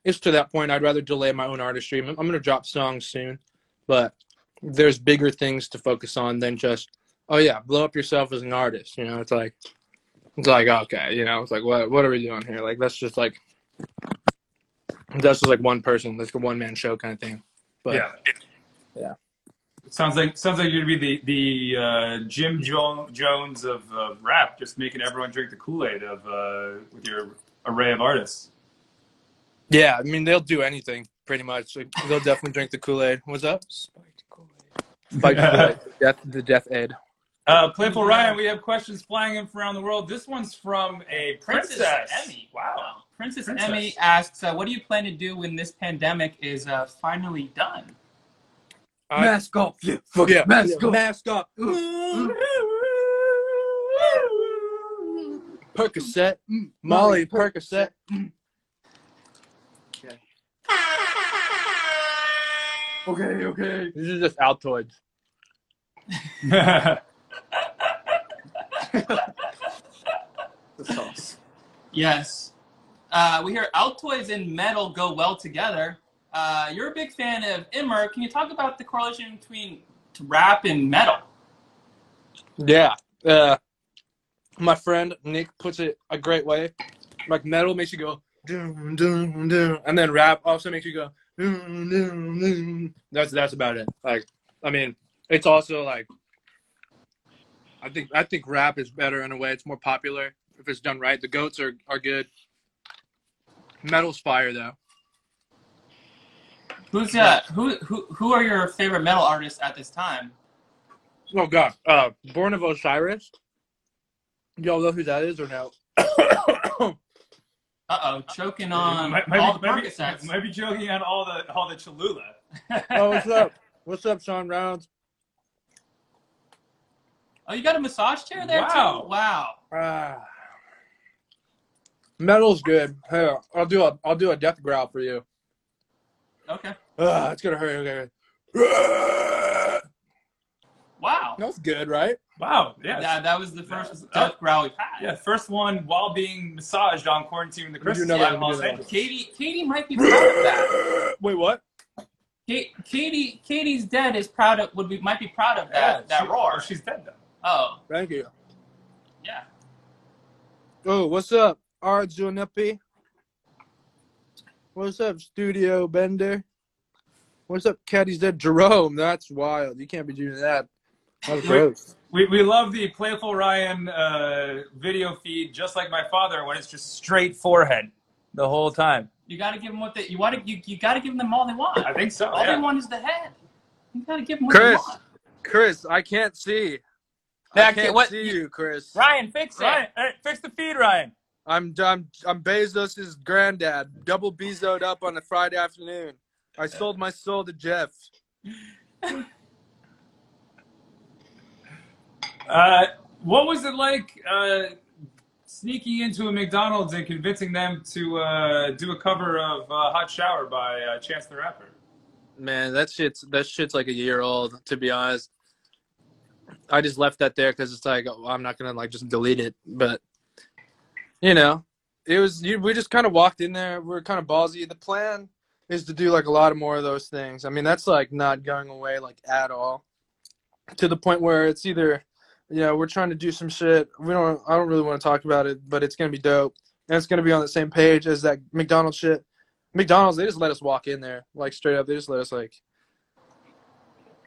Speaker 4: it's to that point. I'd rather delay my own artistry. I'm, I'm gonna drop songs soon, but there's bigger things to focus on than just oh yeah, blow up yourself as an artist. You know, it's like it's like okay, you know, it's like what what are we doing here? Like that's just like that's just like one person, like a one man show kind of thing. But
Speaker 1: yeah.
Speaker 4: yeah.
Speaker 1: Sounds like sounds like you're gonna be the the uh, Jim jo- Jones of uh, rap, just making everyone drink the Kool Aid of uh, with your array of artists.
Speaker 4: yeah, I mean they'll do anything pretty much. Like, they'll definitely drink the Kool Aid. What's up? Spiked Kool Aid. Death the Death Ed.
Speaker 1: Uh, Playful Ryan, we have questions flying in from around the world. This one's from a princess.
Speaker 3: Princess Emmy.
Speaker 1: Wow.
Speaker 3: Princess,
Speaker 1: Princess.
Speaker 3: Emmy asks, uh, "What do you plan to do when this pandemic is uh, finally done?"
Speaker 5: Mask off. Yeah. Fuck
Speaker 4: yeah.
Speaker 5: Mask off.
Speaker 4: Mask up. Percocet. Molly Percocet.
Speaker 5: Okay, okay.
Speaker 4: This is just Altoids.
Speaker 5: The sauce.
Speaker 3: Yes. Uh, we hear Altoids and metal go well together. Uh, you're a big fan of Immer. Can you talk about the correlation between rap and metal?
Speaker 4: Yeah. Uh, my friend Nick puts it a great way. Like metal makes you go doom doom doom, and then rap also makes you go doom doom doom. That's that's about it. Like, I mean, it's also like, I think I think rap is better in a way. It's more popular if it's done right. The goats are are good. Metal's fire though.
Speaker 3: Who's uh, who, who who are your favorite metal artists at this time?
Speaker 4: Oh god, uh, Born of Osiris. Y'all know who that is or no?
Speaker 3: Uh oh, choking on
Speaker 1: might, might
Speaker 3: all the
Speaker 1: be, might,
Speaker 3: Percocets.
Speaker 1: be, might be joking on all the all the Cholula.
Speaker 4: oh, what's up? What's up, Sean Rounds?
Speaker 3: Oh, you got a massage chair there
Speaker 1: Wow.
Speaker 3: too? Wow.
Speaker 4: Ah. metal's good. Here, I'll do a I'll do a death growl for you.
Speaker 3: Okay.
Speaker 4: Ah, it's gonna hurt. Okay.
Speaker 3: Wow.
Speaker 4: That's good, right?
Speaker 1: Wow. Yeah.
Speaker 3: Yeah, that was the first
Speaker 1: Yeah.
Speaker 3: death growl we've had.
Speaker 1: Yeah, first one while being massaged on quarantine in the Christmas
Speaker 4: know that
Speaker 1: time
Speaker 4: we
Speaker 1: in
Speaker 4: do
Speaker 1: Los
Speaker 4: that.
Speaker 1: Angeles.
Speaker 3: Katie, Katie might be proud of that.
Speaker 4: Wait, what?
Speaker 3: Ka- Katie, Katie's dead is proud of. Would be might be proud of that.
Speaker 1: Yeah,
Speaker 3: that
Speaker 1: she-
Speaker 3: roar.
Speaker 1: oh, she's dead though.
Speaker 3: oh,
Speaker 4: Thank you.
Speaker 3: yeah.
Speaker 4: Oh, what's up, Arjunapi? What's up, Studio Bender? What's up, Caddy's Dead Jerome? That's wild. You can't be doing that. That's gross.
Speaker 1: We, we love the playful Ryan uh, video feed, just like my father, when it's just straight forehead the whole time.
Speaker 3: You gotta give them what they. You want to. You, you gotta give them all they want.
Speaker 1: I think so.
Speaker 3: all
Speaker 1: yeah.
Speaker 3: they want is the head. You gotta give them what
Speaker 4: Chris.
Speaker 3: they want.
Speaker 4: Chris, I can't see.
Speaker 1: Yeah,
Speaker 4: I can't
Speaker 1: what-
Speaker 4: see you, Chris.
Speaker 1: Ryan, fix it. Ryan, uh, fix the feed, Ryan.
Speaker 4: I'm I'm I'm Bezos's granddad. Double Bezoed up on a Friday afternoon. I sold my soul to Jeff.
Speaker 1: Uh, what was it like uh, sneaking into a McDonald's and convincing them to uh, do a cover of uh, "Hot Shower" by uh, Chance the Rapper?
Speaker 4: Man, that shit's that shit's like a year old. To be honest, I just left that there because it's like oh, I'm not gonna like just delete it. But you know, it was you, we just kind of walked in there. We are kind of ballsy. The plan is to do like a lot of more of those things. I mean, that's like not going away like at all. To the point where it's either, you know, we're trying to do some shit. We don't. I don't really want to talk about it, but it's gonna be dope, and it's gonna be on the same page as that McDonald's shit. McDonald's, they just let us walk in there, like straight up. They just let us like.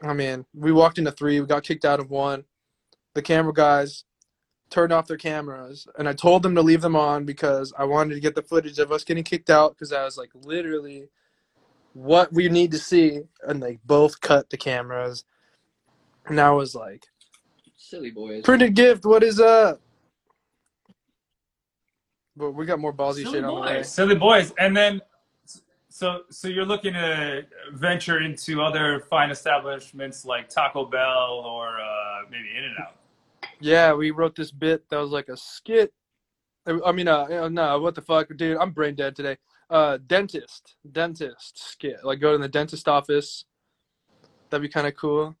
Speaker 4: I mean, we walked into three. We got kicked out of one. The camera guys turned off their cameras, and I told them to leave them on because I wanted to get the footage of us getting kicked out. Because I was like, literally, what we need to see, and they both cut the cameras. And I was like,
Speaker 9: Silly boys.
Speaker 4: printed gift, what is up? But we got more ballsy
Speaker 3: Silly
Speaker 4: shit on the way.
Speaker 3: boys.
Speaker 1: Silly boys, and then so so you're looking to venture into other fine establishments like Taco Bell or uh, maybe In and Out.
Speaker 4: Yeah, we wrote this bit that was like a skit I mean, uh, uh, no, what the fuck, dude? I'm brain dead today. Uh, dentist, dentist skit. Like go to the dentist office. That'd be kind of cool.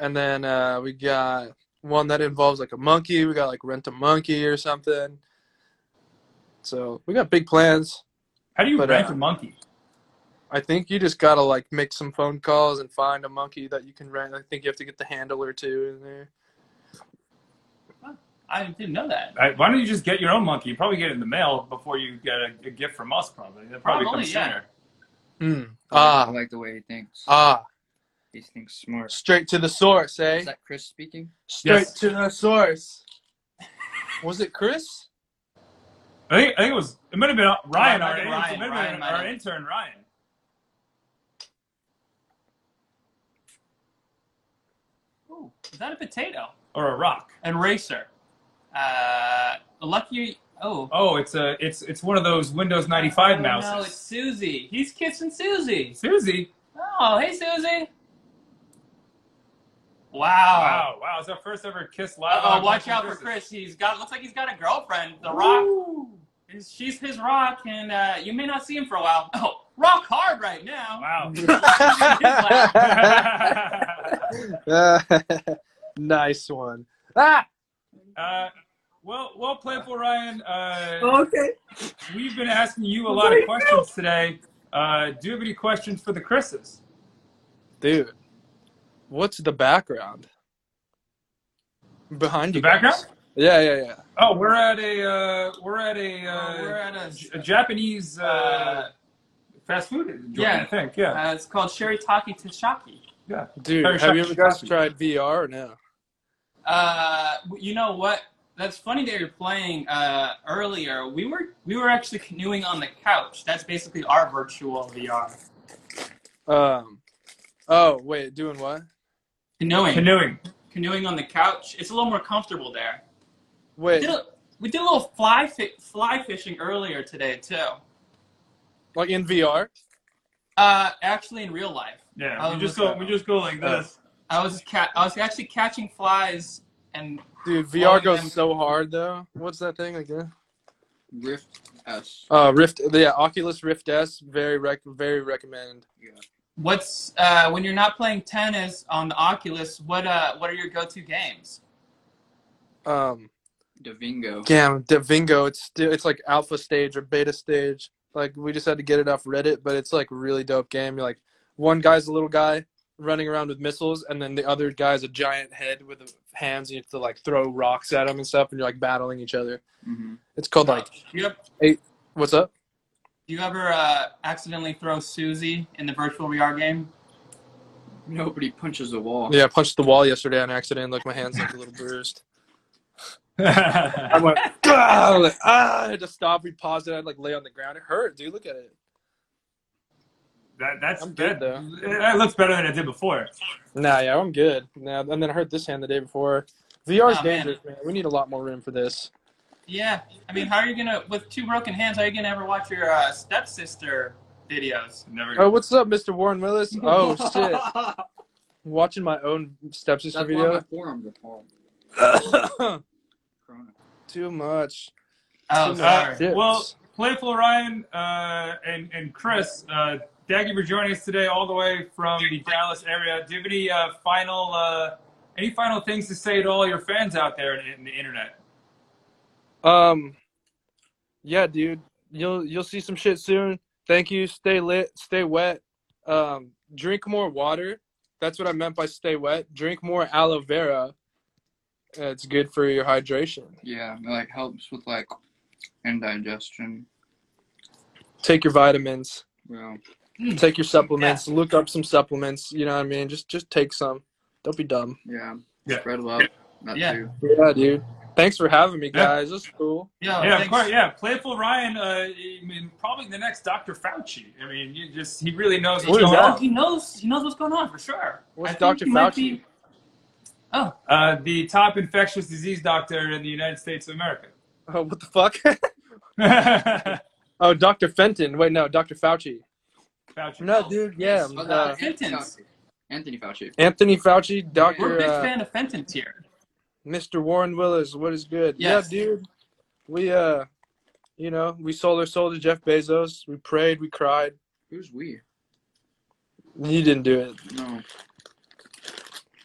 Speaker 4: And then uh, we got one that involves like a monkey. We got like rent a monkey or something. So we got big plans.
Speaker 1: How do you
Speaker 4: But,
Speaker 1: rent
Speaker 4: uh,
Speaker 1: a monkey?
Speaker 4: I think you just gotta like make some phone calls and find a monkey that you can rent. I think you have to get the handler too in there.
Speaker 3: I didn't know that.
Speaker 1: I, why don't you just get your own monkey? You probably get it in the mail before you get a, a gift from us. Probably that probably,
Speaker 3: Probably,
Speaker 1: comes
Speaker 3: yeah.
Speaker 1: sooner.
Speaker 4: Mm.
Speaker 5: Ah, I
Speaker 4: Ah,
Speaker 5: like the way he thinks.
Speaker 4: ah,
Speaker 5: He thinks smart.
Speaker 4: straight to the source, eh?
Speaker 5: Is that Chris speaking?
Speaker 4: Straight
Speaker 1: Yes.
Speaker 4: to the source. Was it Chris?
Speaker 1: I think, I think it was. It might have been uh, Ryan.
Speaker 3: Might
Speaker 1: Our,
Speaker 3: have been Ryan,
Speaker 1: it might have
Speaker 3: Ryan
Speaker 1: been
Speaker 3: might
Speaker 1: our
Speaker 3: have-
Speaker 1: intern Ryan.
Speaker 3: Ooh, is that a potato?
Speaker 1: or a rock.
Speaker 3: An racer. Uh, lucky. Oh.
Speaker 1: Oh, it's a it's it's one of those Windows 95
Speaker 3: Oh,
Speaker 1: mouses.
Speaker 3: No, it's Susie. He's kissing Susie.
Speaker 1: Susie.
Speaker 3: Oh, hey, Susie. Wow.
Speaker 1: Wow, wow, it's our first ever kiss live.
Speaker 3: Oh. Uh-oh,
Speaker 1: on
Speaker 3: Uh, watch
Speaker 1: Watching
Speaker 3: out for
Speaker 1: Chris's.
Speaker 3: Chris. He's got. Looks like he's got a girlfriend. The Rock. Is- She's his rock, and uh, you may not see him for a while. Oh, rock hard right now.
Speaker 1: Wow.
Speaker 4: nice one. Ah,
Speaker 1: uh, well, well played for Ryan. Uh,
Speaker 8: Okay.
Speaker 1: we've been asking you a lot of questions today. Uh, do you have any questions for the Chris's?
Speaker 4: dude, what's the background behind
Speaker 1: The
Speaker 4: you? guys?
Speaker 1: background?
Speaker 4: Yeah, yeah, yeah.
Speaker 1: Oh, we're at a uh, we're at a uh,
Speaker 3: Uh, we're at a,
Speaker 1: J- a Japanese uh,
Speaker 3: Uh,
Speaker 1: fast food. joint,
Speaker 3: yeah.
Speaker 1: I think yeah,
Speaker 3: uh, it's called Sherry Taki Tashaki.
Speaker 1: yeah.
Speaker 4: Dude,
Speaker 1: Very
Speaker 4: have you
Speaker 1: shocky,
Speaker 4: ever guys
Speaker 1: shocky.
Speaker 4: tried VR or no?
Speaker 3: Uh, you know what? That's funny that you're playing uh, earlier. We were we were actually canoeing on the couch. That's basically our virtual VR.
Speaker 4: Um, oh wait, doing what?
Speaker 3: Canoeing,
Speaker 1: Canoeing.
Speaker 3: canoeing on the couch. It's a little more comfortable there. We
Speaker 4: Wait,
Speaker 3: did a, we did a little fly fi- fly fishing earlier today too.
Speaker 4: like in VR?
Speaker 3: Uh, actually, in real life,
Speaker 1: Yeah,
Speaker 3: Oh,
Speaker 1: we just go.
Speaker 3: okay.
Speaker 1: We just go like
Speaker 4: Oh.
Speaker 1: this.
Speaker 3: I was ca- I was actually catching flies and Well,
Speaker 4: Dude, VR
Speaker 3: and
Speaker 4: goes
Speaker 3: then-
Speaker 4: so hard though. What's that thing again?
Speaker 5: Rift S.
Speaker 4: Uh, Rift. Yeah, Oculus Rift S. Very rec. Very recommend.
Speaker 3: what's uh, when you're not playing tennis on the Oculus. What uh, what are your go-to games?
Speaker 4: Um,
Speaker 5: Davingo.
Speaker 4: damn, Davingo. It's still. It's like alpha stage or beta stage. Like we just had to get it off Reddit, but it's like really dope game. You're like one guy's a little guy running around with missiles, and then the other guy's a giant head with hands, and you have to like throw rocks at him and stuff, and you're like battling each other.
Speaker 5: hmm
Speaker 4: It's called like
Speaker 3: Do you have
Speaker 4: what's up?
Speaker 3: Do you ever uh, accidentally throw Susie in the virtual VR game?
Speaker 5: Nobody punches a wall.
Speaker 4: Yeah, I punched the wall yesterday on accident. Like my hands like a little bruised. I went, "Gah!" like, ah, I had to stop. We paused it. I'd like lay on the ground. It hurt, dude. Look at it.
Speaker 1: That that's
Speaker 4: I'm
Speaker 1: good.
Speaker 4: good,
Speaker 1: That, that looks better than it did before.
Speaker 4: Nah, yeah, I'm good. Nah, and then I hurt this hand the day before. VR's
Speaker 3: Aw, man.
Speaker 4: dangerous, man. We need a lot more room for this.
Speaker 3: Yeah. I mean, how are you gonna with two broken hands? How are you gonna ever watch your uh, stepsister videos?
Speaker 1: Never.
Speaker 4: Oh, what's up, Mr. Warren Willis? Oh shit, watching my own stepsister
Speaker 5: That's why my
Speaker 4: video.
Speaker 5: forearms are palm. Corona.
Speaker 4: Too much.
Speaker 3: Oh,
Speaker 4: Too
Speaker 3: sorry.
Speaker 4: much
Speaker 1: Uh,
Speaker 4: tips.
Speaker 1: well, Playful Ryan uh, and and Chris, uh, thank you for joining us today, all the way from the Dallas area. Do you have any uh, final uh, any final things to say to all your fans out there in, in the internet?
Speaker 4: Um, yeah, dude, you'll you'll see some shit soon. Thank you. Stay lit. Stay wet. Um, drink more water. That's what I meant by stay wet. Drink more aloe vera. Uh, It's good for your hydration.
Speaker 5: Yeah, it like helps with like indigestion.
Speaker 4: Take your vitamins.
Speaker 5: Well,
Speaker 3: Hmm.
Speaker 4: Take your supplements. Look up some supplements. You know what I mean? Just just take some. Don't be dumb.
Speaker 5: yeah.
Speaker 1: Yeah.
Speaker 5: Spread love. That
Speaker 3: Yeah.
Speaker 5: too.
Speaker 4: Yeah, dude. Thanks for having me,
Speaker 1: Yeah.
Speaker 4: guys. This is cool.
Speaker 3: Yo,
Speaker 1: yeah,
Speaker 3: Oh, thanks.
Speaker 1: of course. Yeah, Playful Ryan. Uh, I mean, probably the next Dr. Fauci. I mean, you just he really knows
Speaker 4: What
Speaker 1: what's
Speaker 4: is
Speaker 1: going
Speaker 3: Oh,
Speaker 1: on.
Speaker 3: he knows. He knows what's going on for sure.
Speaker 4: What's
Speaker 3: I think
Speaker 4: Dr.
Speaker 3: he might
Speaker 4: Fauci?
Speaker 3: be- Oh,
Speaker 1: Uh, the top infectious disease doctor in the United States of America.
Speaker 4: Oh, what the fuck? oh, Dr. Fenton. Wait, no, Dr. Fauci.
Speaker 1: Fauci.
Speaker 4: No, dude. Yeah.
Speaker 5: Oh,
Speaker 4: uh,
Speaker 5: that's Anthony
Speaker 3: Fenton's.
Speaker 5: Fauci. Anthony Fauci.
Speaker 4: Anthony Fauci, Dr.
Speaker 3: we're a big
Speaker 4: uh,
Speaker 3: fan of Fenton's here.
Speaker 4: Mr. Warren Willis, what is good?
Speaker 3: Yes.
Speaker 4: Yeah, dude. We uh
Speaker 10: You know, we sold our soul to Jeff Bezos. We prayed. We cried.
Speaker 5: Who's we?
Speaker 10: You didn't do it.
Speaker 5: No.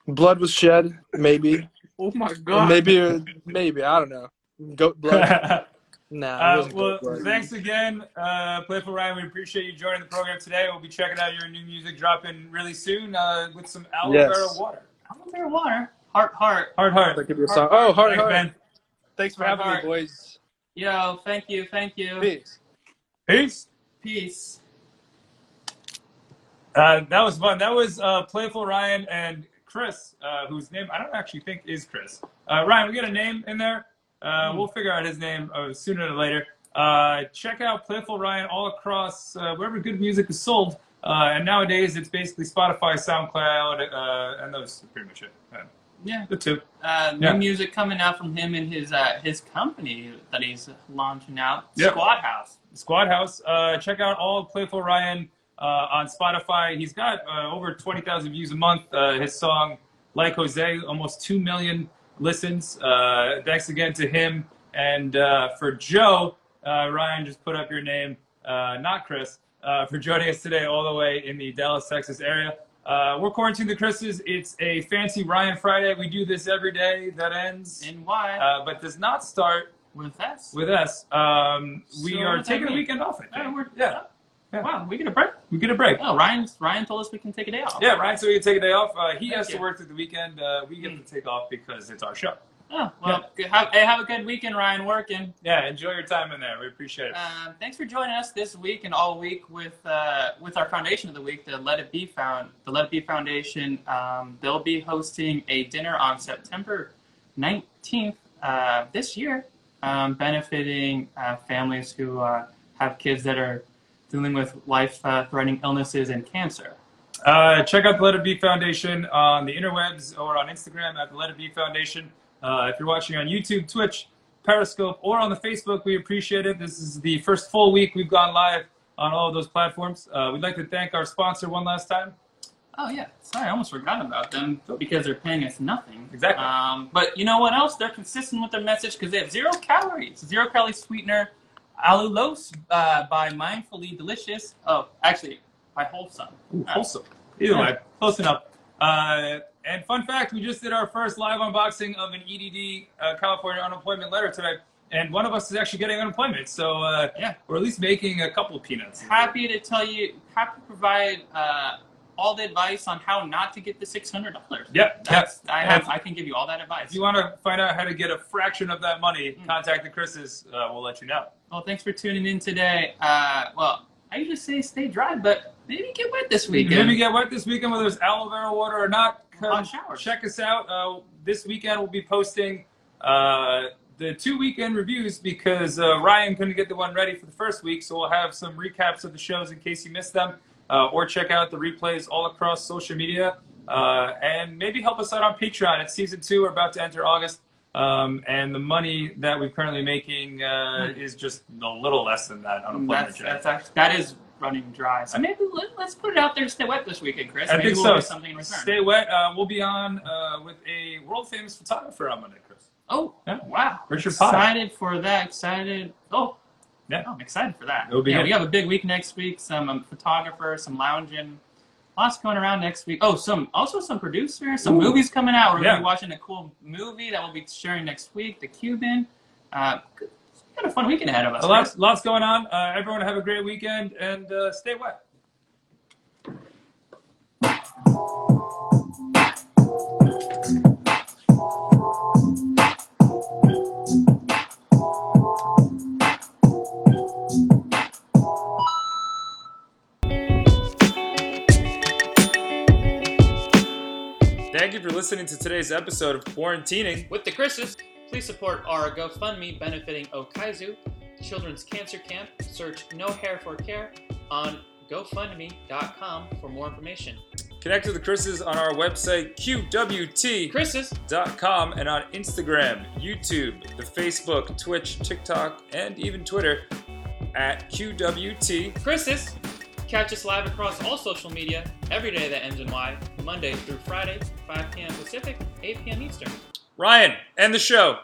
Speaker 10: Blood was shed, maybe.
Speaker 5: Oh my
Speaker 10: Or
Speaker 5: god.
Speaker 10: maybe, uh, maybe I don't know. Goat blood. nah. it
Speaker 1: Uh,
Speaker 10: wasn't
Speaker 1: well,
Speaker 10: goat blood.
Speaker 1: thanks again, uh, Playful Ryan. We appreciate you joining the program today. We'll be checking out your new music dropping really soon uh, with some aloe
Speaker 10: Yes.
Speaker 1: vera water.
Speaker 3: Aloe vera water. Heart, heart.
Speaker 1: Hard, hard.
Speaker 10: That could be a song. Oh, hard,
Speaker 1: Thanks,
Speaker 10: hard.
Speaker 1: man.
Speaker 10: Thanks for
Speaker 3: Hard,
Speaker 10: having me,
Speaker 3: hard.
Speaker 10: boys.
Speaker 3: Yo, thank you, thank you.
Speaker 10: Peace.
Speaker 1: Peace.
Speaker 3: Peace.
Speaker 1: Uh, that was fun. That was uh, Playful Ryan and Chris, uh, whose name I don't actually think is Chris. Uh, Ryan, we got a name in there. Uh,
Speaker 10: Hmm.
Speaker 1: We'll figure out his name uh, sooner or later. Uh, check out Playful Ryan all across uh, wherever good music is sold. Uh, and nowadays, it's basically Spotify, SoundCloud, uh, and those are pretty much it. Uh,
Speaker 3: Yeah.
Speaker 1: the two.
Speaker 3: Uh, new
Speaker 1: Yeah.
Speaker 3: music coming out from him and his uh, his company that he's launching out.
Speaker 1: Yeah.
Speaker 3: Squad House.
Speaker 1: Squad House. Uh, check out all of Playful Ryan uh, on Spotify. He's got uh, over 20,000 views a month. Uh, his song, Like Jose, almost 2 million listens. Uh, thanks again to him. And uh, for Joe, uh, Ryan, just put up your name, uh, not Chris, uh, for joining us today all the way in the Dallas, Texas area. Uh, we're quarantined the Chris's. It's a fancy Ryan Friday. We do this every day. That ends,
Speaker 3: And why?
Speaker 1: uh, but does not start
Speaker 3: with us.
Speaker 1: with us. Um, we
Speaker 3: So what
Speaker 1: are
Speaker 3: does that
Speaker 1: taking a
Speaker 3: mean?
Speaker 1: weekend off. I
Speaker 3: Hey,
Speaker 1: think.
Speaker 3: we're- uh,
Speaker 1: yeah. Yeah.
Speaker 3: Wow, we get a break.
Speaker 1: We get a break.
Speaker 3: Oh, Ryan's Ryan told us we can take a day off.
Speaker 1: Yeah, Ryan. So we can take a day off. Uh, he
Speaker 3: Thank
Speaker 1: has
Speaker 3: you. Mm.
Speaker 1: to work through the weekend. Uh, we get to take off because it's our show.
Speaker 3: Oh, well, good- Have, hey, have a good weekend, Ryan. Working.
Speaker 1: Yeah, enjoy your time in there. We appreciate it.
Speaker 3: Um, thanks for joining us this week and all week with uh, with our foundation of the week, the Let It Be Found, the Let It Be Foundation. Um, they'll be hosting a dinner on September nineteenth uh, this year, um, benefiting uh, families who uh, have kids that are dealing with life-threatening illnesses and cancer.
Speaker 1: Uh, check out the Let It Be Foundation on the interwebs or on Instagram at the Let It Be Foundation. Uh, if you're watching on YouTube, Twitch, Periscope, or on the Facebook, we appreciate it. This is the first full week we've gone live on all of those platforms. Uh, we'd like to thank our sponsor one last time.
Speaker 3: Oh yeah, sorry, I almost forgot about them because they're paying us nothing.
Speaker 1: Exactly.
Speaker 3: Um, but you know what else? They're consistent with their message because they have zero calories, zero calorie sweetener, allulose uh, by Mindfully Delicious. Oh, actually, by Wholesome.
Speaker 1: Ooh,
Speaker 3: Uh,
Speaker 1: wholesome. Either way, close enough. Uh, and fun fact, we just did our first live unboxing of an EDD uh, California unemployment letter today, and one of us is actually getting unemployment, so uh,
Speaker 3: Yeah.
Speaker 1: we're at least making a couple peanuts.
Speaker 3: Happy to tell you, happy to provide uh, all the advice on how not to get the six hundred dollars.
Speaker 1: Yep,
Speaker 3: That's I have.
Speaker 1: And-
Speaker 3: I can give you all that advice.
Speaker 1: If you want to find out how to get a fraction of that money,
Speaker 3: Hmm.
Speaker 1: contact the Chris's. Uh, we'll let you know.
Speaker 3: Well, thanks for tuning in today. Uh, well, I usually say stay dry, but maybe get wet this weekend.
Speaker 1: Maybe get wet this weekend, whether it's aloe vera water or not. Come
Speaker 3: Hot showers.
Speaker 1: Check us out. Uh, this weekend we'll be posting uh, the two weekend reviews because uh, Ryan couldn't get the one ready for the first week, so we'll have some recaps of the shows in case you missed them, uh, or check out the replays all across social media, uh, and maybe help us out on Patreon. It's season two. We're about to enter August. Um, and the money that we're currently making uh, is just a little less than that on a
Speaker 3: Hmm. That's, that's actually, that is running dry. So maybe let, let's put it out there to stay wet this weekend, Chris.
Speaker 1: I
Speaker 3: maybe
Speaker 1: think
Speaker 3: we'll
Speaker 1: so.
Speaker 3: do something in return.
Speaker 1: Stay wet. Uh, we'll be on uh, with a world famous photographer on Monday, Chris.
Speaker 3: oh,
Speaker 1: Yeah.
Speaker 3: wow.
Speaker 1: Richard Potts.
Speaker 3: Excited for that. Excited. Oh,
Speaker 1: Yeah.
Speaker 3: I'm excited for that.
Speaker 1: It'll be
Speaker 3: yeah,
Speaker 1: good.
Speaker 3: we have a big week next week. Some um, photographer, some lounging. Lots going around next week. Oh, some also some producers, some
Speaker 1: Ooh.
Speaker 3: movies coming out. We're gonna
Speaker 1: Yeah.
Speaker 3: be watching a cool movie that we'll be sharing next week. The Cuban. Uh, good- we got a fun weekend ahead of us.
Speaker 1: Uh, lots,
Speaker 3: Chris.
Speaker 1: lots going on. Uh, everyone have a great weekend and uh, stay wet. Thank you for listening to today's episode of Quarantining.
Speaker 3: With the Chris's, please support our GoFundMe benefiting Okaizu Children's Cancer Camp. Search No Hair for Care on GoFundMe.com for more information.
Speaker 1: Connect with the Chris's on our website, QWT.
Speaker 3: Chris's,
Speaker 1: com and on Instagram, YouTube, the Facebook, Twitch, TikTok, and even Twitter at QWT.
Speaker 3: Chris's, catch us live across all social media every day that ends in Y, Monday through Friday, 5 p.m. Pacific, 8 p.m. Eastern.
Speaker 1: Ryan, end the show.